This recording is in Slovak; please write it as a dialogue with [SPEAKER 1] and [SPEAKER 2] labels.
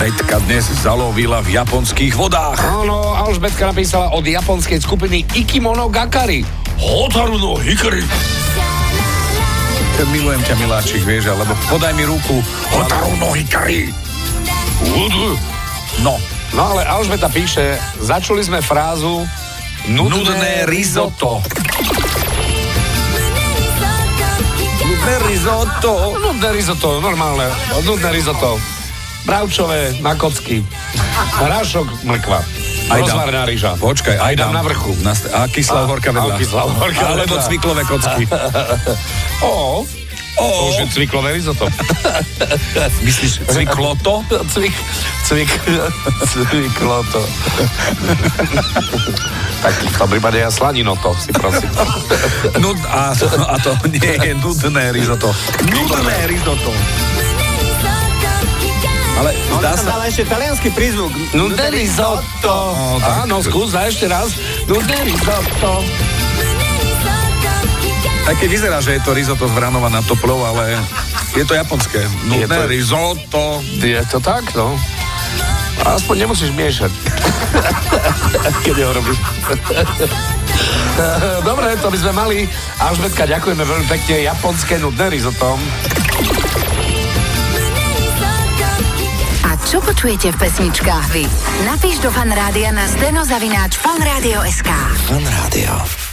[SPEAKER 1] Betka dnes zalovila v japonských vodách.
[SPEAKER 2] Áno, a už Betka napísala od japonskej skupiny Ikimono Gakari.
[SPEAKER 1] Hotaru no Hikari. Milujem ťa, miláčik, vieš, alebo podaj mi ruku. Hotaru no Hikari. Udu. No,
[SPEAKER 2] No ale Alžbeta píše, začuli sme frázu nudné,
[SPEAKER 1] nudné risotto. Nudné risotto.
[SPEAKER 2] Nudné risotto, normálne. Nudné risotto. Bravčové na kocky. Hrášok mrkva.
[SPEAKER 1] Aj dám.
[SPEAKER 2] Rozvarná ryža.
[SPEAKER 1] Počkaj, aj
[SPEAKER 2] Aj
[SPEAKER 1] dám.
[SPEAKER 2] dám na vrchu.
[SPEAKER 1] Na st- a kyslá
[SPEAKER 2] A-
[SPEAKER 1] horka
[SPEAKER 2] a
[SPEAKER 1] vedľa.
[SPEAKER 2] kyslá uhorka
[SPEAKER 1] Alebo
[SPEAKER 2] vedľa.
[SPEAKER 1] cviklové kocky.
[SPEAKER 2] O, to
[SPEAKER 1] O,
[SPEAKER 2] už je cviklové risotto.
[SPEAKER 1] myslíš cvikloto?
[SPEAKER 2] Cvik, cvik, cviklo to. tak v tom prípade ja slanino to si prosím.
[SPEAKER 1] Nud, No, a, a to nie je nudné risotto. Nudné risotto. Ale zdá
[SPEAKER 3] Ona tam
[SPEAKER 1] sa...
[SPEAKER 3] dala ešte talianský prízvuk.
[SPEAKER 2] Nudné risotto.
[SPEAKER 1] No, tak-
[SPEAKER 2] Áno, skús a ešte raz. Nudné risotto.
[SPEAKER 1] Také vyzerá, že je to risotto z Vranova na Toplov, ale je to japonské. Nudné
[SPEAKER 2] to-
[SPEAKER 1] risotto.
[SPEAKER 2] Je to tak, no. A Aspoň nemusíš miešať. Keď ho robíš. Dobre, to by sme mali. Alžbetka, ďakujeme veľmi pekne. Japonské nudné risotto.
[SPEAKER 4] A čo počujete v pesničkách vy? Napíš do fanrádia na steno zavináč fanradio.sk.
[SPEAKER 5] Fan Rádio.